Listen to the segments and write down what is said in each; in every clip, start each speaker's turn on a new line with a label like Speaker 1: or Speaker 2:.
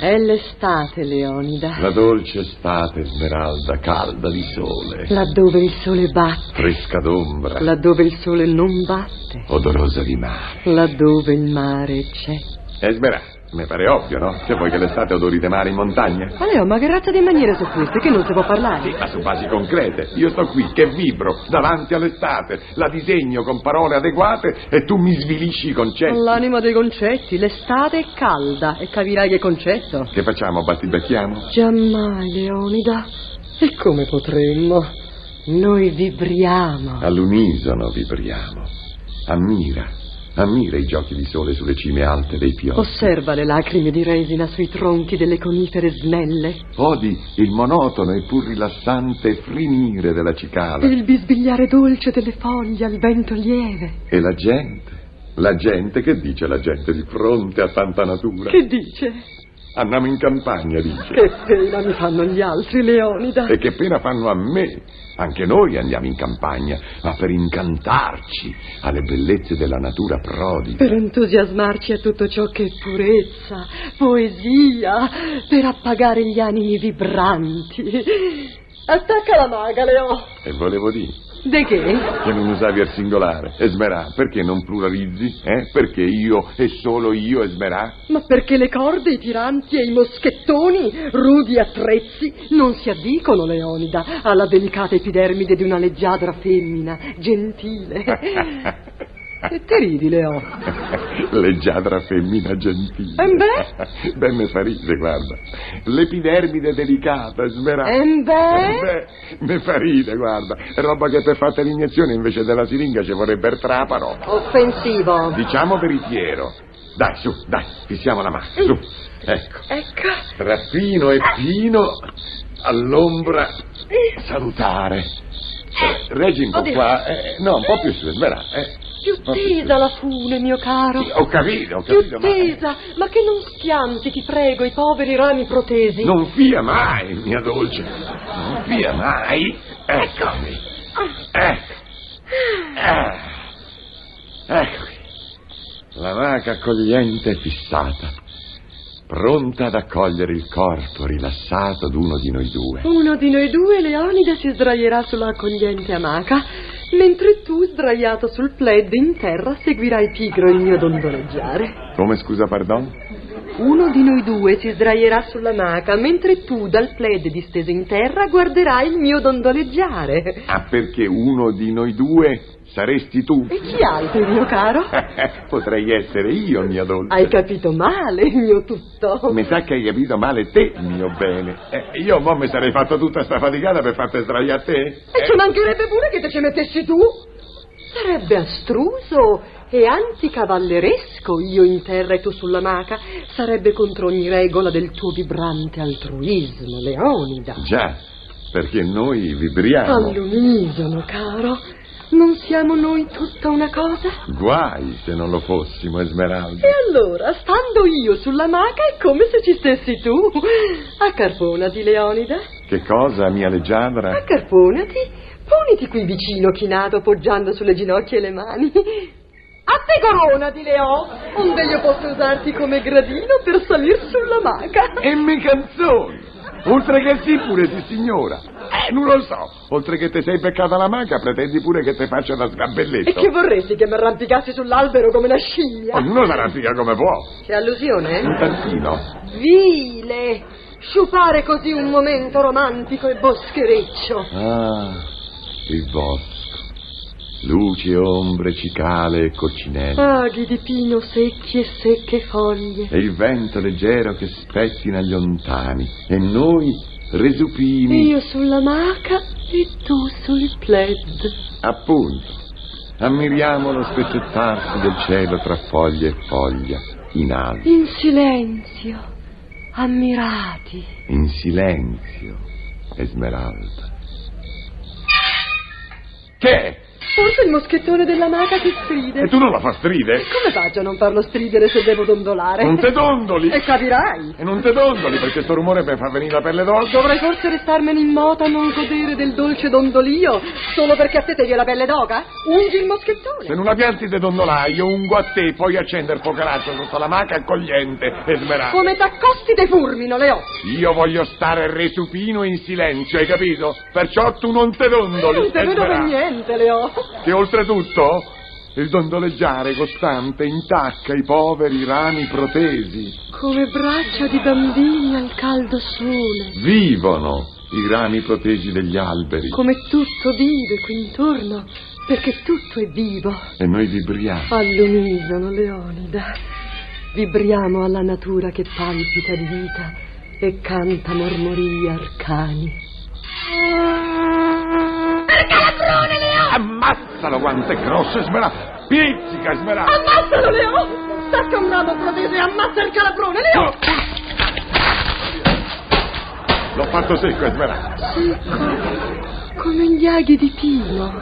Speaker 1: È l'estate, Leonida,
Speaker 2: La dolce estate smeralda, calda di sole,
Speaker 1: laddove il sole batte,
Speaker 2: fresca d'ombra,
Speaker 1: laddove il sole non batte,
Speaker 2: odorosa di mare.
Speaker 1: laddove il mare c'è.
Speaker 2: Esmeralda, mi pare ovvio, no? Se vuoi che l'estate odori di mare in montagna.
Speaker 1: Ma Leo, ma che razza di maniere sono queste che non si può
Speaker 2: Sì,
Speaker 1: parlare?
Speaker 2: ma su basi concrete. Io sto qui che vibro davanti all'estate, la disegno con parole adeguate e tu mi svilisci i concetti.
Speaker 1: L'anima dei concetti, l'estate è calda e capirai che concetto.
Speaker 2: Che facciamo, battibecchiamo?
Speaker 1: Giammai, Leonida. E come potremmo? Noi vibriamo.
Speaker 2: All'unisono vibriamo. Ammira, ammira i giochi di sole sulle cime alte dei pioggi.
Speaker 1: Osserva le lacrime di resina sui tronchi delle conifere snelle,
Speaker 2: Odi il monotono e pur rilassante frinire della cicala.
Speaker 1: il bisbigliare dolce delle foglie al vento lieve.
Speaker 2: E la gente? La gente che dice la gente di fronte a tanta natura?
Speaker 1: Che dice?
Speaker 2: Andiamo in campagna, dice.
Speaker 1: Che pena mi fanno gli altri, Leonida.
Speaker 2: E che pena fanno a me? Anche noi andiamo in campagna, ma per incantarci alle bellezze della natura prodiga.
Speaker 1: Per entusiasmarci a tutto ciò che è purezza, poesia, per appagare gli animi vibranti. Attacca la maga, Leo.
Speaker 2: E volevo dire
Speaker 1: De che?
Speaker 2: che non usavi il singolare. Esmerà, perché non pluralizzi? Eh? Perché io e solo io, Esmerà?
Speaker 1: Ma perché le corde, i tiranti e i moschettoni, rudi attrezzi, non si addicono, Leonida, alla delicata epidermide di una leggiadra femmina, gentile. Che te ridi, Leo?
Speaker 2: Leggiadra femmina gentile.
Speaker 1: Eh beh?
Speaker 2: Ben me fa ridere, guarda. L'epidermide delicata, smerata.
Speaker 1: Eh beh?
Speaker 2: beh, me fa ridere, guarda. Roba che per fatta l'iniezione invece della siringa ci vorrebbe il trapano.
Speaker 1: Offensivo.
Speaker 2: Diciamo veritiero. Dai, su, dai, fissiamo la mano, su. Ecco,
Speaker 1: Ecco.
Speaker 2: trappino e fino all'ombra salutare. Eh, Reggi un po'
Speaker 1: Oddio.
Speaker 2: qua, eh, no, un po' più su, smerà. Eh.
Speaker 1: Più
Speaker 2: Un po' più su.
Speaker 1: tesa la fune, mio caro.
Speaker 2: Sì, ho capito, ho
Speaker 1: Più
Speaker 2: capito, ma...
Speaker 1: tesa, ma che non schianti, ti prego, i poveri rami protesi.
Speaker 2: Non fia mai, mia dolce. Non fia mai. Eccomi. Ecco. Ah. Eccomi. La maca accogliente e fissata. Pronta ad accogliere il corpo rilassato d'uno di noi due.
Speaker 1: Uno di noi due, Leonida, si sdraierà sulla accogliente amaca, mentre tu, sdraiato sul plaid in terra, seguirai pigro il mio dondoleggiare.
Speaker 2: Come scusa, pardon?
Speaker 1: Uno di noi due si sdraierà sull'amaca, mentre tu, dal plaid disteso in terra, guarderai il mio dondoleggiare.
Speaker 2: Ah, perché uno di noi due saresti tu?
Speaker 1: E chi altri, mio caro?
Speaker 2: Potrei essere io, mia dolce.
Speaker 1: Hai capito male, mio tutto.
Speaker 2: Mi sa che hai capito male te, mio bene. Eh, io mo mi sarei fatto tutta sta faticata per farti sdraiare a te.
Speaker 1: E
Speaker 2: Eh,
Speaker 1: ci mancherebbe pure che te ci mettessi tu. Sarebbe astruso e anticavalleresco io in terra e tu sulla maca. Sarebbe contro ogni regola del tuo vibrante altruismo, Leonida.
Speaker 2: Già, perché noi vibriamo.
Speaker 1: Oh, All'unisono, caro. Non siamo noi tutta una cosa?
Speaker 2: Guai se non lo fossimo, Esmeralda.
Speaker 1: E allora, stando io sulla maca, è come se ci stessi tu. Accarponati, Leonida.
Speaker 2: Che cosa, mia leggiadra?
Speaker 1: Accarponati. Poniti qui vicino, chinato, poggiando sulle ginocchia e le mani. A te corona di Leo, onde io posso usarti come gradino per salir sulla maca.
Speaker 2: E mi canzoni. Oltre che sì pure, sì signora. Eh, non lo so. Oltre che ti sei beccata la maca, pretendi pure che ti faccia da
Speaker 1: E
Speaker 2: sgabelletto.
Speaker 1: che vorresti che mi arrampicassi sull'albero come una scimmia?
Speaker 2: Ognuno sarà figa come può.
Speaker 1: C'è allusione? eh?
Speaker 2: Un tantino.
Speaker 1: Vile! Sciupare così un momento romantico e boschereccio.
Speaker 2: Ah, il bosco. Luci e ombre, cicale e coccinelle.
Speaker 1: Aghi di pino secchi e secche foglie.
Speaker 2: e il vento leggero che spettina gli lontani, e noi resupini,
Speaker 1: Io sulla maca e tu sul plaid.
Speaker 2: appunto, ammiriamo lo spezzettarsi del cielo tra foglia e foglia, in alto,
Speaker 1: In silenzio, ammirati.
Speaker 2: in silenzio, Esmeralda. Che? è?
Speaker 1: Forse il moschettone della maca si stride.
Speaker 2: E tu non la fa stride?
Speaker 1: Come faccio a non farlo stridere se devo dondolare?
Speaker 2: Non te dondoli!
Speaker 1: E capirai.
Speaker 2: E non te dondoli perché sto rumore mi fa venire la pelle d'osso.
Speaker 1: Dovrei forse restarmene in mota a non godere del dolce dondolio solo perché a te te la pelle d'oca? Ungi il moschettone.
Speaker 2: Se non la pianti te dondolai, io ungo a te, poi accender focaraccio sotto la maca accogliente e smerata.
Speaker 1: Come t'accosti te furmino, le ossa.
Speaker 2: Io voglio stare retupino e in silenzio, hai capito? Perciò tu non te dondoli. eh,
Speaker 1: Non te
Speaker 2: e
Speaker 1: vedo per
Speaker 2: smerata.
Speaker 1: niente, Leo.
Speaker 2: Che oltretutto il dondoleggiare costante intacca i poveri rami protesi.
Speaker 1: Come braccia di bambini al caldo sole.
Speaker 2: Vivono i rami protesi degli alberi
Speaker 1: Come tutto vive qui intorno, perché tutto è vivo.
Speaker 2: e noi vibriamo.
Speaker 1: All'unisono, Leonida. Vibriamo alla natura che palpita di vita e canta mormorii arcani.
Speaker 2: Ammazzalo quanto è grosso e smerà! Pizzica smerà!
Speaker 1: Ammazzalo, Leo! Stacca un ramo protese e ammazza il calabrone, Leo!
Speaker 2: L'ho fatto secco e smerà!
Speaker 1: Come gli aghi di pino,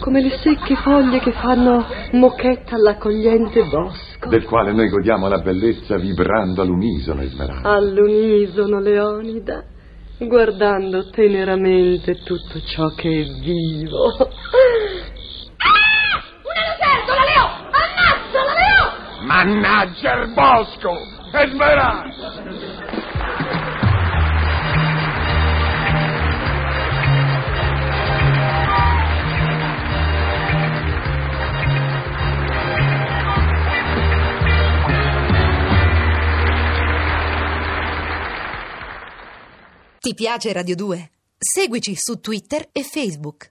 Speaker 1: come le secche foglie che fanno mochetta all'accogliente bosco.
Speaker 2: Del quale noi godiamo la bellezza vibrando all'unisono e smerà.
Speaker 1: All'unisono, Leonida, guardando teneramente tutto ciò che è vivo.
Speaker 3: Ah! Una lucertola, Leo! Ammazzala, Leo!
Speaker 2: Mannaggia il bosco! E smerà!
Speaker 4: Ti piace Radio 2? Seguici su Twitter e Facebook.